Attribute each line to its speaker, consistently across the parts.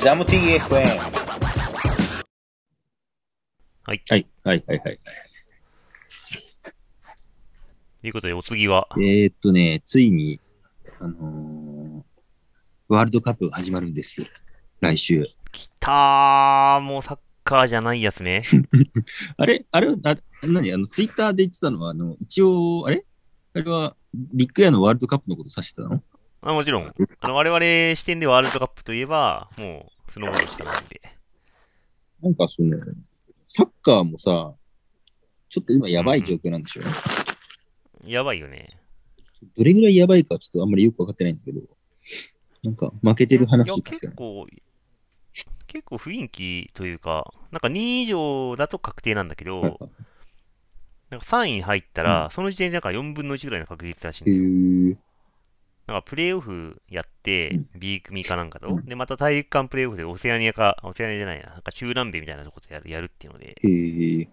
Speaker 1: ジャムティー FM。
Speaker 2: はい。
Speaker 3: はい、はい、はい、はい。
Speaker 2: ということで、お次は、
Speaker 3: えー、っとね、ついに、あのーワールドカップが始まるんです。来週。
Speaker 2: 来たー、もうサッカーじゃないや つね。
Speaker 3: あれあれあ何あの、ツイッターで言ってたのは、あの、一応、あれあれは、ビッグエアのワールドカップのこと指してたの
Speaker 2: あもちろん、あの我々視点でワールドカップといえば、もう、スノーボードしかないんで。
Speaker 3: なんかその、サッカーもさ、ちょっと今やばい状況なんでしょ、
Speaker 2: やばいよね。
Speaker 3: どれぐらいやばいかちょっとあんまりよくわかってないんだけど、なんか負けてる
Speaker 2: いや
Speaker 3: 話聞く
Speaker 2: 結構、結構雰囲気というか、なんか2位以上だと確定なんだけど、
Speaker 3: はいはい
Speaker 2: なんか3位入ったら、その時点でなんか4分の1ぐらいの確率らしいん
Speaker 3: へ
Speaker 2: だよ。
Speaker 3: ー
Speaker 2: なんかプレーオフやって、B 組かなんかと
Speaker 3: う、ん
Speaker 2: で、また大陸間プレーオフでオセアニアか、オセアニアじゃないな、なんか中南米みたいなとことやるやるっていうので、
Speaker 3: へー
Speaker 2: だか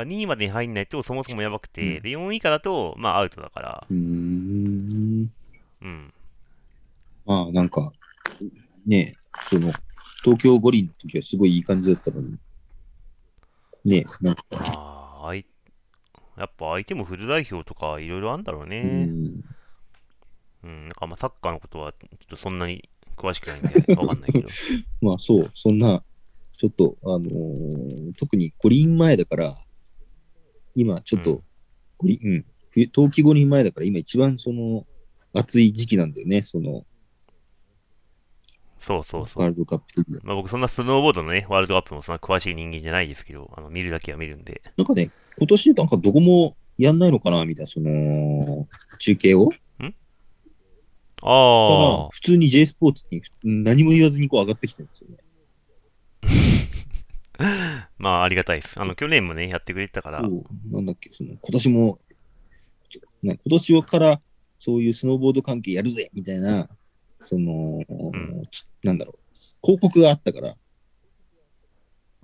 Speaker 2: ら2位までに入んないとそもそもやばくて、
Speaker 3: うん
Speaker 2: で4位以下だと、まあ、アウトだから、
Speaker 3: うーん。
Speaker 2: うん。
Speaker 3: まあなんか、ねえ、その、東京五輪の時はすごいいい感じだったのに、ねえ、なんか、
Speaker 2: ああ、あいやっぱ相手もフル代表とかいろいろあるんだろう
Speaker 3: う
Speaker 2: ね。
Speaker 3: ん、
Speaker 2: うん、なんかあんまサッカーのことはちょっとそんなに詳しくない んで、わかんないけど。
Speaker 3: まあそう、そんな、ちょっと、あのー特に五輪前だから、今ちょっ
Speaker 2: うん
Speaker 3: と、五輪、うん、冬冬季五輪前だから、今一番その、暑い時期なんだよね、その、
Speaker 2: そうそうそ
Speaker 3: ワー
Speaker 2: う。
Speaker 3: ルドカップ的には
Speaker 2: まあ僕そんなスノーボードのね、ワールドカップもそんな詳しい人間じゃないですけど、あの見るだけは見るんで。
Speaker 3: なんかね、今年なんかどこもやんないのかな、みたいな、その、中継を。だから
Speaker 2: ああ、
Speaker 3: 普通に J スポーツに何も言わずにこう上がってきてるんですよね。
Speaker 2: まあありがたいです。あの去年もね、やってくれてたから、
Speaker 3: そうなんだっけ、その今年も、ちょね、今年からそういうスノーボード関係やるぜみたいな、その、
Speaker 2: ん
Speaker 3: つなんだろう、広告があったから、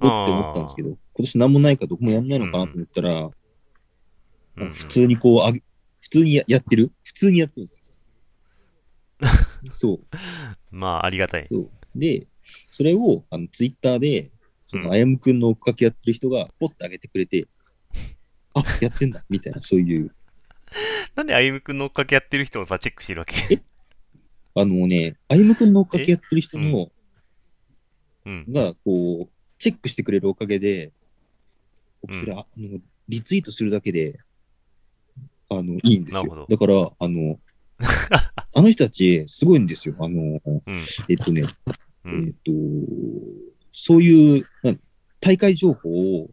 Speaker 3: おって思ったんですけど、今年何もないからどこもやんないのかなと思ったら、
Speaker 2: うんうん
Speaker 3: 普通にこうあげ、普通にややってる普通にやってるんです よ。そう。
Speaker 2: まあありがたい。
Speaker 3: で、それをあのツイッターで、そ
Speaker 2: うん
Speaker 3: のあやむくんの追っかけやってる人が、ポッと上げてくれて、あやってんだ、みたいな、そういう。
Speaker 2: なんで歩夢君の追っかけやってる人をさ、チェックしてるわけ
Speaker 3: あのね、あゆむくんの追っかけやってる人の、
Speaker 2: うん。
Speaker 3: が、こう、チェックしてくれるおかげで、僕それ、あのリツイートするだけで、あの、いいんです
Speaker 2: なるほ
Speaker 3: よ。だから、あ の、あの人たち、すごいんですよ。あの、
Speaker 2: うん。
Speaker 3: えっとね、
Speaker 2: う
Speaker 3: え
Speaker 2: ん
Speaker 3: っ。と、そういう、なん大会情報を、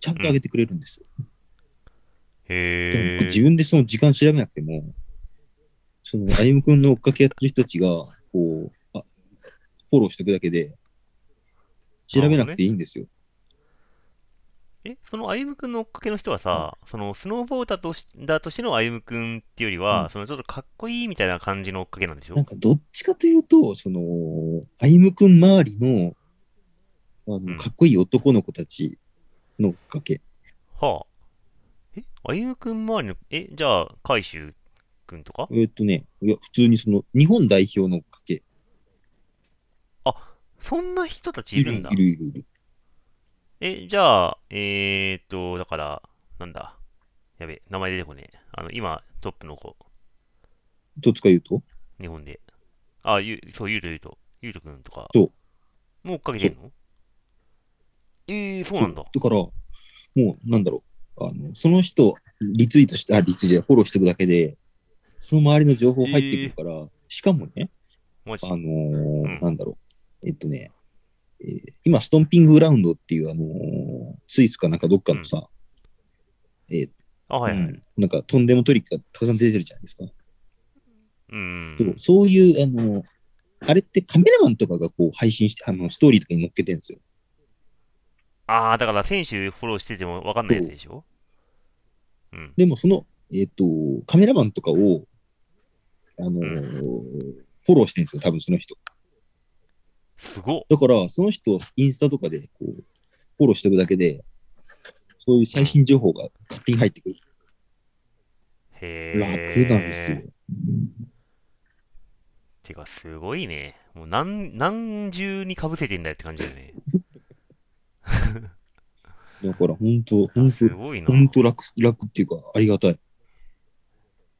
Speaker 3: ちゃんと上げてくれるんです。だから
Speaker 2: へ
Speaker 3: 僕
Speaker 2: え。
Speaker 3: 自分でその時間調べなくても、その、あゆむくんの追っかけやってる人たちが、こう、あ、フォローしておくだけで、調べなくていいんですよ。
Speaker 2: え、その歩夢君の追っかけの人はさ、そのスノーボーダーとしだとしての歩夢君っていうよりは、
Speaker 3: うん
Speaker 2: そのちょっとかっこいいみたいな感じの追っかけなんでしょ
Speaker 3: なんか、どっちかというと、その、あゆむくん周りの、あ
Speaker 2: うん
Speaker 3: の、かっこいい男の子たちの追っかけ。
Speaker 2: はあ。え、歩夢君周りの、え、じゃあ、海舟君とか
Speaker 3: えっとね、いや、普通にその、日本代表の追っかけ。
Speaker 2: そんな人たちいるんだ
Speaker 3: い。るいるいる。
Speaker 2: え、じゃあ、えー、っと、だから、なんだ。やべ、名前出てこねえ。あの、今、トップの子、
Speaker 3: どっちか言うと
Speaker 2: 日本で。あ、ゆ、そう、ゆうとゆうと。ゆうと君とか。
Speaker 3: そう
Speaker 2: もう追っかけてんのえー、そうなんだ。
Speaker 3: だから、もう、なんだろう。あの、その人、リツイートして、あ、リツイートじゃないフォローしておくだけで、その周りの情報入ってくるから、しかもね、
Speaker 2: マジ
Speaker 3: あのー
Speaker 2: うん
Speaker 3: なんだろう。えっとね、えー今、ストンピンググラウンドっていう、あのースイスかなんかどっかのさ、え
Speaker 2: あ、
Speaker 3: ー
Speaker 2: はいは
Speaker 3: う
Speaker 2: い。
Speaker 3: んなんか、とんでもトリックがたくさん出てるじゃないですか。
Speaker 2: うん。
Speaker 3: そうそういう、あのーあれってカメラマンとかがこう配信して、あの、ストーリーとかに載っけてるんですよ。
Speaker 2: ああ、だから選手フォローしてても分かんないやつでしょうん。
Speaker 3: でもその、えっ、と、カメラマンとかを、あのー
Speaker 2: う
Speaker 3: フォローしてるんですよ、多分その人。
Speaker 2: すごっ。
Speaker 3: だから、その人をインスタとかで、こう、フォローしておくだけで、そういう最新情報が勝手に入ってくる。
Speaker 2: へ
Speaker 3: 楽
Speaker 2: え。
Speaker 3: なんですよ。
Speaker 2: てか、すごいね。もう何、何重に被せてんだよって感じだ よね。
Speaker 3: だから本当、本
Speaker 2: すごいな
Speaker 3: 当、。本当楽、楽っていうか、ありがたい。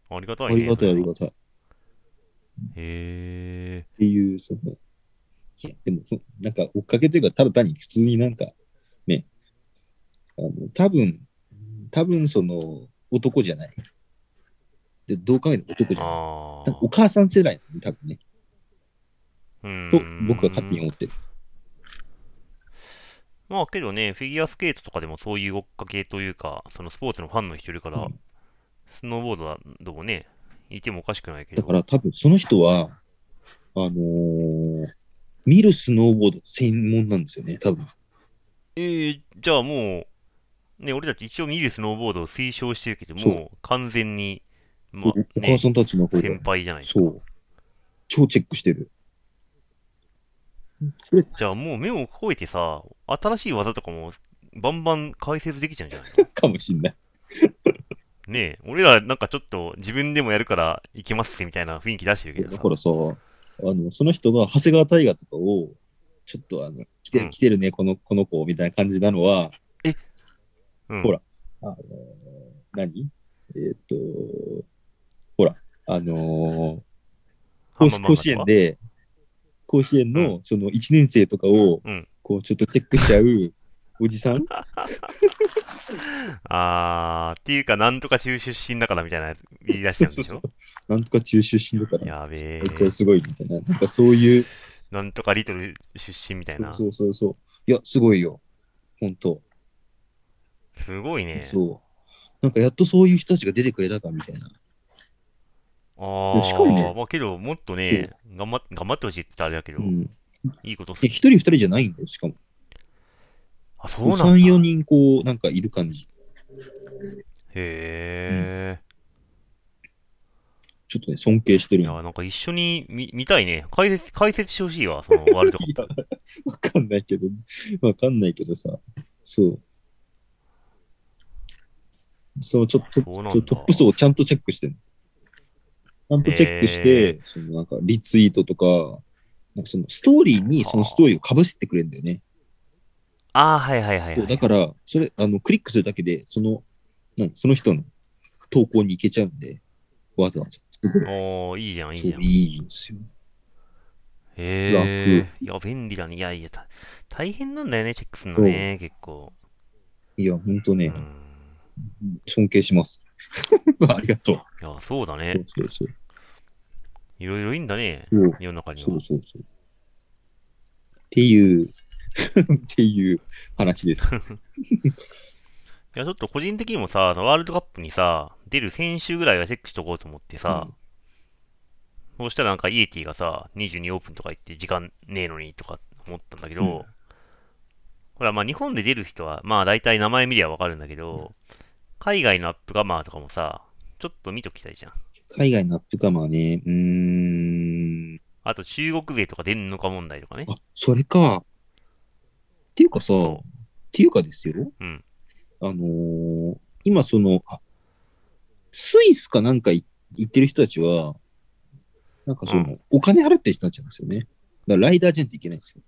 Speaker 2: ありがた
Speaker 3: あ
Speaker 2: いね。
Speaker 3: りがたい、あ
Speaker 2: それ
Speaker 3: りが
Speaker 2: は
Speaker 3: たい。っ
Speaker 2: へえ。
Speaker 3: ていう、その、いや、でも、そなんか追っかけというか、ただ単に普通になんか、ね、あの、多分、多分その、男じゃない。で、どう考えても男じゃない。
Speaker 2: あ
Speaker 3: 多分お
Speaker 2: あ。
Speaker 3: 母さん世代なんで、多分ね。
Speaker 2: うん
Speaker 3: と、僕は勝手に思ってる。
Speaker 2: まあけどね、フィギュアスケートとかでもそういう追っかけというか、そのスポーツのファンの人いるから、
Speaker 3: うん
Speaker 2: スノーボードはどうね、いてもおかしくないけ
Speaker 3: だ
Speaker 2: ど。
Speaker 3: から多分その人は、あのー見るスノーボード専門なんですよね、多分。
Speaker 2: えー、じゃあもう、ね、俺たち一応見るスノーボードを推奨してるけど、
Speaker 3: そう
Speaker 2: もう完全に、
Speaker 3: お
Speaker 2: まあ
Speaker 3: お
Speaker 2: ね
Speaker 3: 母、さんたちの方が
Speaker 2: 先輩じゃないですか。
Speaker 3: そう。超チェックしてる。これ、
Speaker 2: じゃあもう目を超えてさ、新しい技とかもバンバン解説できちゃうんじ ゃない
Speaker 3: かもしんない。
Speaker 2: ねえ、俺らなんかちょっと自分でもやるからいけますみたいな雰囲気出してるけど
Speaker 3: だ
Speaker 2: さ
Speaker 3: か。らさ、あの、その人が長谷川大河とかを、ちょっとあの、来て
Speaker 2: うん
Speaker 3: る、来てるね、この、この子、みたいな感じなのは、
Speaker 2: うん、
Speaker 3: ほらあのー何えーっと、ほら、あのー
Speaker 2: ハ
Speaker 3: 甲
Speaker 2: ン
Speaker 3: 子
Speaker 2: マー漫画とか
Speaker 3: 甲子園で、甲子園のその1年生とかを
Speaker 2: うん、
Speaker 3: こうちょっとチェックしちゃうおじさん
Speaker 2: あー、っていうか、なんとか中出身だからみたいな言い出しちゃうんでし
Speaker 3: そう
Speaker 2: ょ
Speaker 3: そなんとか中出身だから、
Speaker 2: やべえ
Speaker 3: めっ、ちゃすごいみたいな、なんかそういう、
Speaker 2: なんとかリトル出身みたいな
Speaker 3: そ。うそうそう、いや、すごいよ、本当、
Speaker 2: すごいね。
Speaker 3: そう。なんかやっとそういう人たちが出てくれたかみたいな。
Speaker 2: あ
Speaker 3: い
Speaker 2: ー、
Speaker 3: やしかもね
Speaker 2: まあけど、もっとね、頑張っ頑張ってほしいって言ったらあれだけど、
Speaker 3: うん。
Speaker 2: いいことっす
Speaker 3: で、一人二人じゃないんだよ、しかも。
Speaker 2: あ、そうなんだ。
Speaker 3: 三四人こう、なんかいる感じ。
Speaker 2: へ
Speaker 3: ちょっとね、尊敬して
Speaker 2: え、
Speaker 3: る
Speaker 2: い
Speaker 3: の。
Speaker 2: や、なんか一緒に見見たいね。解説、解説してほしいわ、そのワールドカップ。
Speaker 3: いや、わかんないけど、わかんないけどさ、そう。そう、ちょっと、
Speaker 2: そうなんだ
Speaker 3: ちょトップ層をちゃんとチェックしてる。ちゃんとチェックして、
Speaker 2: へー
Speaker 3: そのなんかリツイートとか、なんかそのストーリーにそのストーリーをかぶせてくれるんだよね。
Speaker 2: あー、はいはいはい、は
Speaker 3: そうだ
Speaker 2: い。
Speaker 3: から、それ、あの、クリックするだけで、その、なんその人の投稿に行けちゃうんで、わざわざ。すごい
Speaker 2: おー、いいじゃん、いい
Speaker 3: そう
Speaker 2: じゃん。
Speaker 3: いいんですよ。
Speaker 2: へえ。いや、便利だね。いやいや、た大変なんだよね、チェックするのね、結構。
Speaker 3: いや、ほんと
Speaker 2: う
Speaker 3: ね、
Speaker 2: ん。
Speaker 3: 尊敬します。 ありがとう。
Speaker 2: いや、そうだ
Speaker 3: そう
Speaker 2: ね。
Speaker 3: そうそう。
Speaker 2: いろいろいいんだね、
Speaker 3: そう
Speaker 2: 世の中には。
Speaker 3: そうそうそう。っていう、 っていう話です。
Speaker 2: いや、ちょっと個人的にもさ、あのワールドカップにさ、出る選手ぐらいはチェックしとこうと思ってさ、
Speaker 3: うん
Speaker 2: そうしたらなんかイエティがさ、22オープンとか言って時間ねえのにとか思ったんだけど、
Speaker 3: うん
Speaker 2: ほら、まあ日本で出る人は、まあ大体名前見りゃわかるんだけど、海外のアップガマーとかもさ、ちょっと見ときたいじゃん。
Speaker 3: 海外のアップカマーね、うーん。
Speaker 2: あと中国勢とか出んのか問題とかね。
Speaker 3: あ、それか。っていうかさ、っ
Speaker 2: そ
Speaker 3: ていうかですよ。
Speaker 2: うん
Speaker 3: あのー今その、あスイスかなんかい行ってる人たちは、なんかその、
Speaker 2: う
Speaker 3: お金払ってる人たちなんですよね。だからライダーじゃないといけないんですよ。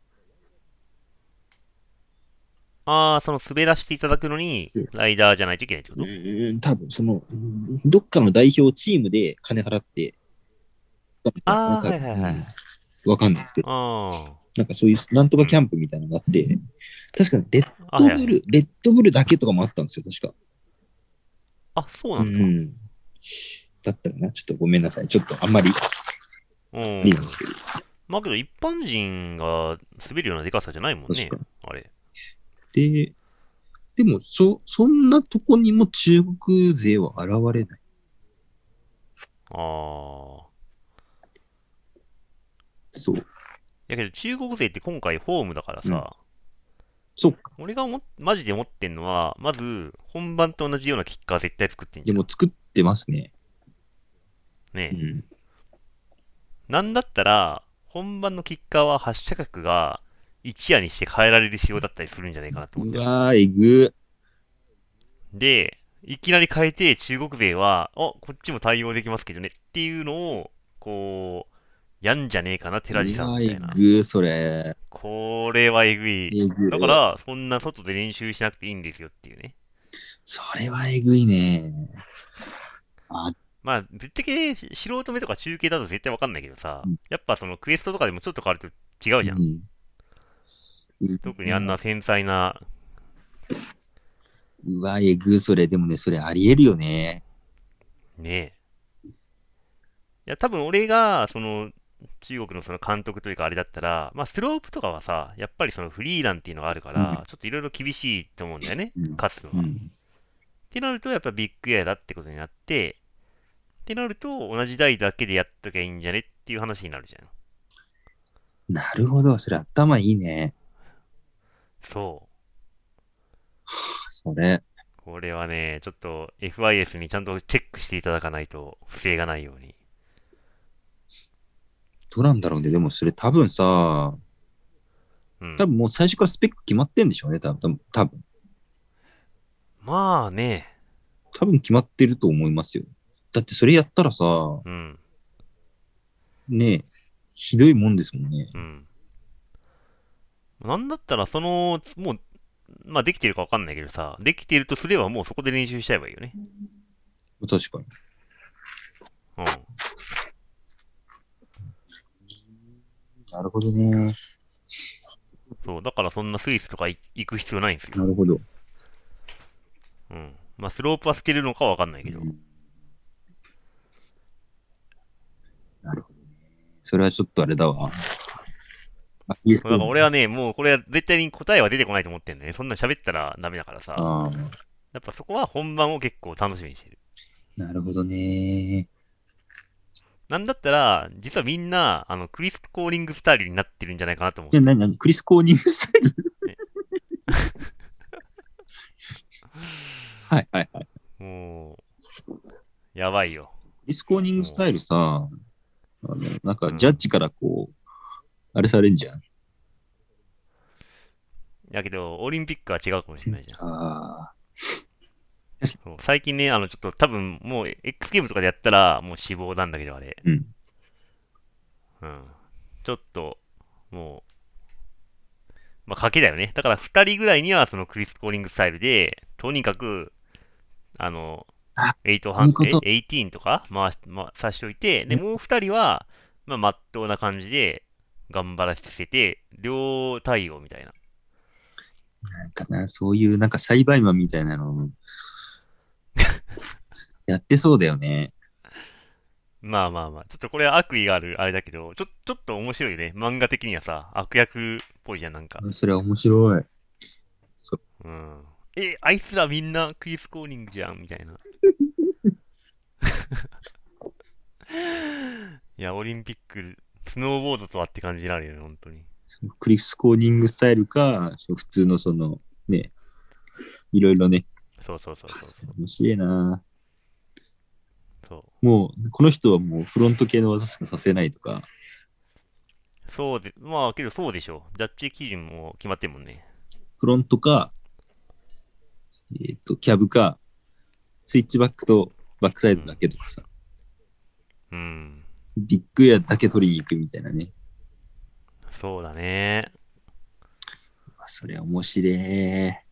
Speaker 2: ああ、その滑らしていただくのに
Speaker 3: うん、
Speaker 2: ライダーじゃないといけないってこと、
Speaker 3: うん、多分その、うんどっかの代表チームで金払って、な
Speaker 2: あー
Speaker 3: んか
Speaker 2: はいはいはい
Speaker 3: うんわかんないですけど、
Speaker 2: あ
Speaker 3: なんかそういう、なんとかキャンプみたいなのがあって、確かにレッ
Speaker 2: あ。あ、
Speaker 3: ドブ
Speaker 2: はいはい。
Speaker 3: ル、レッドブルだけとかもあったんですよ、確か。
Speaker 2: あ、そう
Speaker 3: う
Speaker 2: なんだ。
Speaker 3: ん。だったらな、ちょっとごめんなさい。ちょっとあんまり
Speaker 2: うん。
Speaker 3: 見ないんですけど。
Speaker 2: まあけど、一般人が滑るようなでかさじゃないもんね
Speaker 3: 確か。
Speaker 2: あれ。
Speaker 3: で、でも、そ、そんなとこにも中国勢は現れない。
Speaker 2: ああ。
Speaker 3: そう。
Speaker 2: だけど、中国勢って今回ホームだからさ、
Speaker 3: そうか。
Speaker 2: 俺がもマジで思ってんのは、まず、本番と同じようなキッカー絶対作ってんじ
Speaker 3: で
Speaker 2: ゃん。
Speaker 3: も作ってますね。
Speaker 2: ね
Speaker 3: う、ん。
Speaker 2: なんだったら、本番のキッカーは発射角が一夜にして変えられる仕様だったりするんじゃないかなと思っ
Speaker 3: う
Speaker 2: てる
Speaker 3: わー、えぐ。
Speaker 2: で、いきなり変えて中国勢は、あこっちも対応できますけどねっていうのを、こう、やんじゃねえかな、寺地さんみたいな
Speaker 3: うわえ。ぐ、それ。
Speaker 2: これはえぐ
Speaker 3: え
Speaker 2: い。
Speaker 3: ぐ
Speaker 2: だから、そんな外で練習しなくていいんですよっていうね。
Speaker 3: それはえぐいね。あ、
Speaker 2: まあ、ぶっちゃけし素人目とか中継だと絶対わかんないけどさ
Speaker 3: うん、
Speaker 2: やっぱそのクエストとかでもちょっと変わると違うじゃん。
Speaker 3: ん。
Speaker 2: 特にあんな繊細な、
Speaker 3: うわ、えぐ、それ。でもね、それありえるよね。
Speaker 2: ねえ。いや、多分俺が、その、中国のその監督というかあれだったら、まあ、スロープとかはさ、やっぱりそのフリーランっていうのがあるから、ちょっといろいろ厳しいと思うんだよね、
Speaker 3: うん
Speaker 2: 勝つのは。
Speaker 3: う
Speaker 2: っ
Speaker 3: ん。
Speaker 2: てなると、やっぱビッグエアだってことになって、ってなると、同じ台だけでやっときゃいいんじゃねっていう話になるじゃん。
Speaker 3: なるほど、それ頭いいね。
Speaker 2: そう。
Speaker 3: それ。
Speaker 2: これはね、ちょっと FIS にちゃんとチェックしていただかないと不正がないように。
Speaker 3: どうなんだろうね。でもそれ多分さ、
Speaker 2: うん、
Speaker 3: 多分もう最初からスペック決まってんでしょうね。多分、多分、
Speaker 2: まあね、
Speaker 3: 多分決まってると思いますよ。だってそれやったらさ、
Speaker 2: うん、
Speaker 3: ねえ、ひどいもんですもんね。
Speaker 2: うん。なんだったら、その、もう、まあできてるかわかんないけどさ、できてるとすればもうそこで練習しちゃえばいいよね。
Speaker 3: 確かに。
Speaker 2: うん。
Speaker 3: なるほどね。
Speaker 2: そう、だからそんなスイスとかい行く必要ないんです
Speaker 3: な
Speaker 2: よ。
Speaker 3: るほど。
Speaker 2: うん。まあスロープは捨てるのかはわかんないけど。
Speaker 3: なるほどね。それはちょっとあれだわ。あ、イエス
Speaker 2: そうだから俺はね、もうこれは絶対に答えは出てこないと思ってんだよね。そんな喋ったらダメだからさ。
Speaker 3: ああ、
Speaker 2: やっぱそこは本番を結構楽しみにしてる。
Speaker 3: なるほどね。
Speaker 2: なんだったら、実はみんな、あの、クリス・コーリングスタイルになってるんじゃないかなと思う
Speaker 3: え、。なになにクリス・コーニングスタイルはいはいはい。
Speaker 2: もう、やばいよ。
Speaker 3: クリス・コーニングスタイルさ、あのなんかジャッジからこう、あれされんじゃん。
Speaker 2: だけど、オリンピックは違うかもしれないじゃん。
Speaker 3: ああ、
Speaker 2: そう最近ね、あの、ちょっと多分、もう、X ゲームとかでやったら、もう死亡なんだけど、あれ。
Speaker 3: うん。
Speaker 2: うん。ちょっと、もう、まあ、賭けだよね。だから、二人ぐらいには、そのクリス・コーリングスタイルで、とにかく、あの
Speaker 3: あ、
Speaker 2: 8
Speaker 3: そうい
Speaker 2: 半
Speaker 3: うこと
Speaker 2: え18とか回し、まあ、さしておいて、で、
Speaker 3: うん
Speaker 2: もう二人は、まあ、まっとうな感じで、頑張らせて、両対応みたいな。
Speaker 3: なんかな、そういうなんか栽培マンみたいな の、やってそうだよね。
Speaker 2: まあまあまあ、ちょっとこれは悪意がある、あれだけど、ちょ、ちょっと面白いよね。漫画的にはさ、悪役っぽいじゃん、なんか。
Speaker 3: それは面白い。
Speaker 2: うん。え、あいつらみんなクリス・コーニングじゃんみたいな。 いや、オリンピック、スノーボードとはって感じになるよね、本当に。
Speaker 3: そのクリス・コーニングスタイルか、そう普通のその、ね、いろいろね、
Speaker 2: そうそうそうそうそう。
Speaker 3: 面白いな。
Speaker 2: そ
Speaker 3: もう、この人はもうフロント系の技しかさせないとか、
Speaker 2: うそうで、まあ、けどそうでしょう。ジャッジ基準も決まってるもんね。
Speaker 3: フロントか、えっ、と、キャブか、スイッチバックとバックサイドだけとかさ、
Speaker 2: うん。
Speaker 3: ビッグエアだけ取りに行くみたいなね。
Speaker 2: そうだね。
Speaker 3: うわそれ面白い。
Speaker 2: ね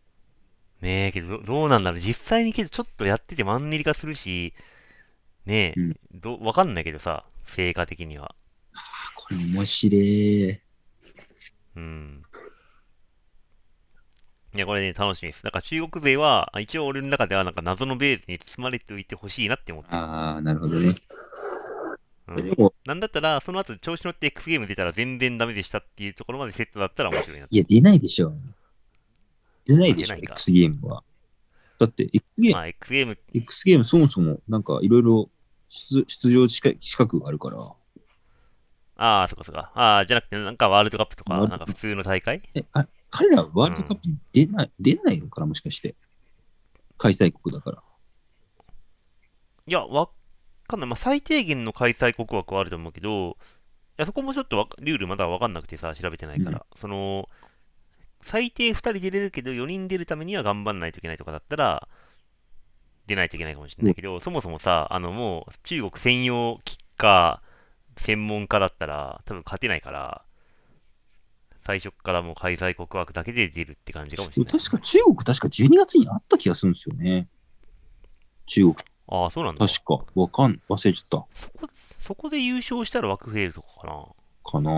Speaker 2: え、けどど、どうなんだろう。実際にけど、ちょっとやっててマンネリ化するし、ねえ、
Speaker 3: うん
Speaker 2: どわかんないけどさ、成果的には。
Speaker 3: あこれ面白い。
Speaker 2: うん。いや、これね、楽しみです。なんか中国勢は、あ一応俺の中では、なんか謎のベールに包まれておいてほしいなって思った。
Speaker 3: ああ、なるほどね。
Speaker 2: う
Speaker 3: で
Speaker 2: ん、
Speaker 3: も、
Speaker 2: なんだったら、その後調子乗って X ゲーム出たら全然ダメでしたっていうところまでセットだったら面白いな。
Speaker 3: いや、出ないでしょ。出ないでしょ、
Speaker 2: 出ないか
Speaker 3: X ゲームは。だって、X ゲーム、
Speaker 2: まあ、X ゲーム、
Speaker 3: X ゲームそもそも、なんかいろいろ出出場資格資格があるから、
Speaker 2: ああ、そっかそっか。ああ、じゃなくて、なんかワールドカップとか、
Speaker 3: ワールド
Speaker 2: なんか普通の大会
Speaker 3: えあ彼らはワールドカップに出ない、出ないのかな、もしかして。開催国だから。
Speaker 2: いや、わっかんない。まあ、最低限の開催国枠はあると思うけど、いや、そこもちょっとわかルールまだわかんなくてさ、調べてないから。その、最低2人出れるけど、4人出るためには頑張んないといけないとかだったら、出ないといけないかもしれないけど、そもそもさ、あの、もう、中国専用キッカー、専門家だったら、多分勝てないから、最初からもう開催告白だけで出るって感じかもしれない。
Speaker 3: 確か中国、確か12月にあった気がするんですよね。中国、
Speaker 2: ああ、そうなんだ。
Speaker 3: 確か。わかん、忘れちゃっ
Speaker 2: そこ、そこで優勝したら枠増えるとかかな。
Speaker 3: たかなう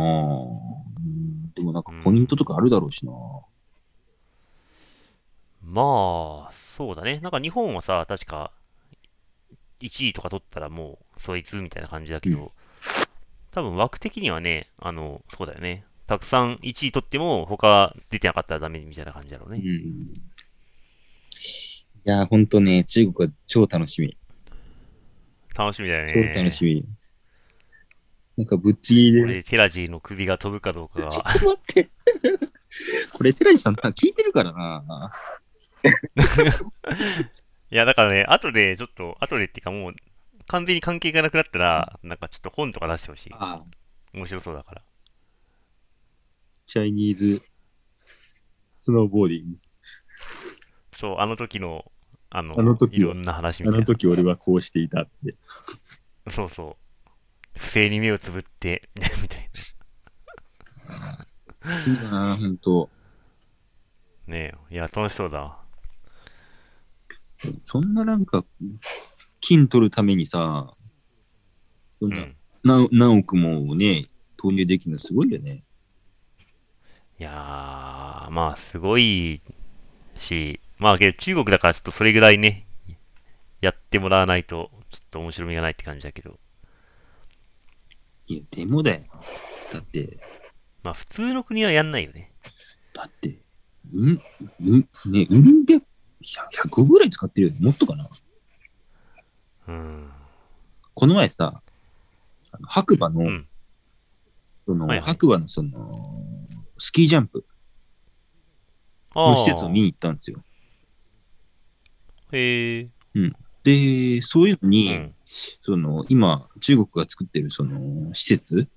Speaker 3: んでもなんかポイントとかあるだろうしな
Speaker 2: まあ、そうだね。なんか日本はさ、確か、1位とか取ったらもう、そいつみたいな感じだけど、
Speaker 3: う
Speaker 2: 多分枠的にはね、あの、そうだよね。たくさん1位取っても、他出てなかったらダメみたいな感じだろう
Speaker 3: うん。
Speaker 2: ね。
Speaker 3: いやー、ほんとね、中国は超楽しみ。
Speaker 2: 楽しみだよ
Speaker 3: 超
Speaker 2: ね。
Speaker 3: 楽しみ。なんかぶっちぎりで。
Speaker 2: 俺、テラジーの首が飛ぶかどうかが
Speaker 3: ちょ、っと待って。 これ、寺地さん、聞いてるからな。
Speaker 2: いや、だからね、後で、ちょっと、後でっていうかもう、完全に関係がなくなったら、なんかちょっと本とか出してほしい。
Speaker 3: ああ
Speaker 2: 面白そうだから。
Speaker 3: チャイニーズスノーボーディング。
Speaker 2: そう、あの時の、あの、
Speaker 3: あの時
Speaker 2: いろんな話み
Speaker 3: あ
Speaker 2: た
Speaker 3: の
Speaker 2: いな。
Speaker 3: 時俺はこうしていたって。
Speaker 2: そうそう。不正に目をつぶって、 みたい
Speaker 3: いいなぁ、ほんと。
Speaker 2: な。ねえ、いや、楽しそうだわ。
Speaker 3: そんななんか、金取るためにさ、そ
Speaker 2: うんん。
Speaker 3: ない何何億もね、投入できるのすごいよね。
Speaker 2: やー、まあ、すごいし、まあ、けど中国だからちょっとそれぐらいね、やってもらわないと、ちょっと面白みがないって感じだけど。
Speaker 3: いや、でもだよ。だって、
Speaker 2: まあ、普通の国はやんないよね。
Speaker 3: だって、うん、うん、ね、うん百、100ぐらい使ってるよね。もっとかな。
Speaker 2: うん。
Speaker 3: この前さ、あの白馬の、
Speaker 2: うん
Speaker 3: その、
Speaker 2: はいはい
Speaker 3: 白馬のその、スキージャンプ
Speaker 2: あ
Speaker 3: の
Speaker 2: あ。
Speaker 3: 施設を見に行ったんですよ。
Speaker 2: へえ。
Speaker 3: で、そういうの
Speaker 2: う
Speaker 3: に、
Speaker 2: ん。
Speaker 3: その、今、中国が作ってるその、施設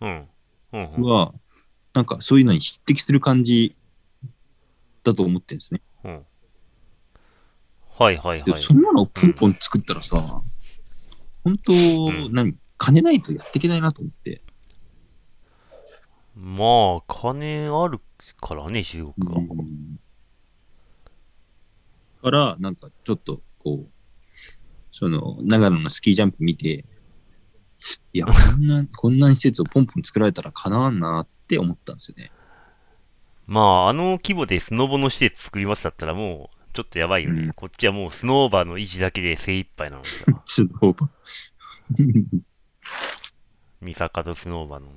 Speaker 2: うん。うんうん。
Speaker 3: は、なんかそういうのに匹敵する感じだと思ってるんですね。
Speaker 2: うん。はいはい
Speaker 3: で
Speaker 2: はい。
Speaker 3: そんなのポンポン作ったらさ、本当、
Speaker 2: ん
Speaker 3: 何金ないとやっていけないなと思って。
Speaker 2: まあ、金あるからね、中国は。
Speaker 3: から、なんかちょっと、こう、その、長野のスキージャンプ見て、いや、こんな、こんな施設をポンポン作られたらかなわんなって思ったんですよね。
Speaker 2: まあ、あの規模でスノボの施設作りますだったらもう、ちょっとやばいよね。
Speaker 3: うん
Speaker 2: こっちはもうスノーバーの維持だけで精一杯な のにさ。
Speaker 3: スノーバー
Speaker 2: 三坂とスノーバーの。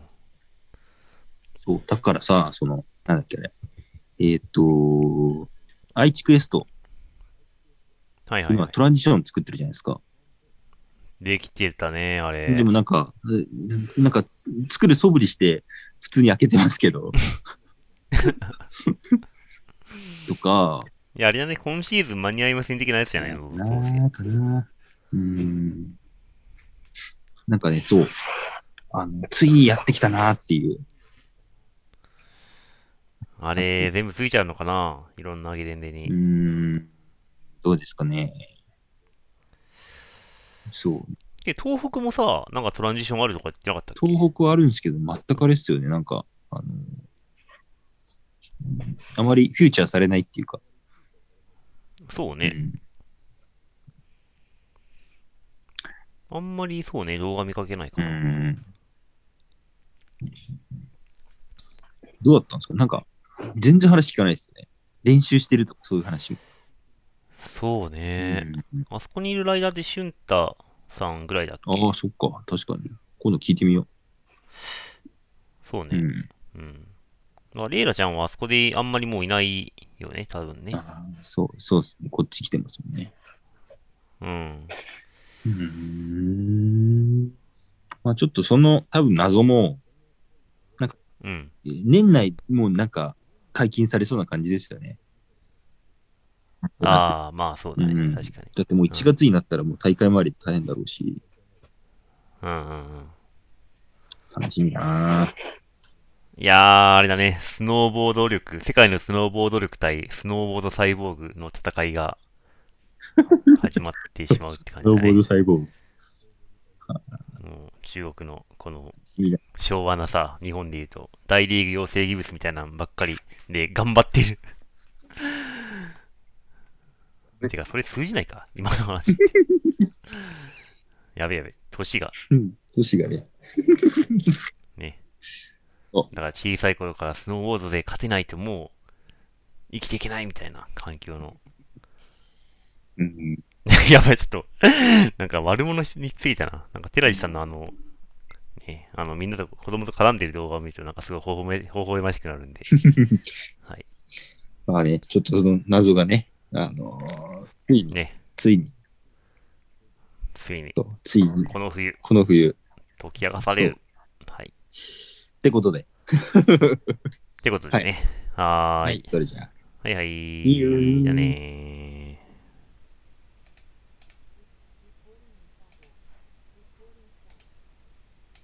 Speaker 3: そう、だからさ、その、なんだっけあれ、えーっ、と、愛知クエスト、
Speaker 2: はいはい、は
Speaker 3: 今
Speaker 2: い。
Speaker 3: トランジション作ってるじゃないですか。
Speaker 2: できてたね、あれ。
Speaker 3: でもなんか、えなんか、作る素振りして、普通に開けてますけ ど。とか、
Speaker 2: いや、あれだね、今シーズン間に合いません的なやつじゃないの。そうそう
Speaker 3: なかな。うん。なんかね、そう。あの、ついにやってきたなっていう。
Speaker 2: あれ、全部ついちゃうのかないろんなゲレンデ
Speaker 3: う
Speaker 2: に。
Speaker 3: ーん。どうですかね。そう。
Speaker 2: え、東北もさ、なんかトランジションあるとか言ってなかったっけ
Speaker 3: 東北はあるんですけど、全くあれですよね。なんか、あの、あまりフューチャーされないっていうか。
Speaker 2: そう
Speaker 3: う
Speaker 2: ね。
Speaker 3: ん
Speaker 2: あんまりそうね、動画見かけないか
Speaker 3: う
Speaker 2: な。
Speaker 3: んどうだったんですかなんか、全然話聞かないですよね。練習してるとか、そういう話も。
Speaker 2: そうね、
Speaker 3: うん
Speaker 2: あそこにいるライダーでシュンタさんぐらいだっけ
Speaker 3: ああ、そっか。確かに。今度聞いてみよ
Speaker 2: そう
Speaker 3: う。
Speaker 2: ね。うん。まあ、レイラちゃんはあそこであんまりもういないよね、多分
Speaker 3: うん、
Speaker 2: ね。
Speaker 3: あーそう、そうですね。こっち来てますもんね。
Speaker 2: うん。
Speaker 3: うん。まあちょっとその、多分謎も、
Speaker 2: うん。
Speaker 3: えー年内もうなんか解禁されそうな感じですよね。だ
Speaker 2: ああ、まあそうだね、
Speaker 3: うん
Speaker 2: 確かに。
Speaker 3: ってもう1月になったらもう大会周り大変だろうし、
Speaker 2: うんうんうん。
Speaker 3: 楽しみだなぁ
Speaker 2: いやー、あれだね、スノーボード力、世界のスノーボード力対スノーボードサイボーグの戦いが始まってしまうって感
Speaker 3: ロ
Speaker 2: じ
Speaker 3: ボ
Speaker 2: だね
Speaker 3: ー。ド細胞。
Speaker 2: もう中国のこの
Speaker 3: いいな
Speaker 2: 昭和なさ、日本で言うと、大リーグ養成技術みたいなのばっかりで頑張ってる。
Speaker 1: ね
Speaker 2: てか、それ通じないか、今の 話って。やべやべ、年が
Speaker 3: うん。年がね。
Speaker 2: ね
Speaker 3: お。
Speaker 2: だから小さい頃からスノーウォーズで勝てないともう生きていけないみたいな環境の。
Speaker 3: うん。
Speaker 2: やばい、ちょっと、なんか悪者についたな。なんか寺地さんのあの、ね、あのみんなと子供と絡んでる動画を見るとなんかすごい微笑め微笑ましくなる んで。はい。
Speaker 3: まあね、ちょっとその謎がね、あのーついに、
Speaker 2: ね、
Speaker 3: ついに、
Speaker 2: ついに、
Speaker 3: とついに、
Speaker 2: この冬、
Speaker 3: この冬、っ
Speaker 2: 解き明かされる。はい。
Speaker 3: てことで。
Speaker 2: ってことでね。はーい。
Speaker 3: それじゃあ。
Speaker 2: はいはい。
Speaker 3: いいよー
Speaker 2: じゃあねー。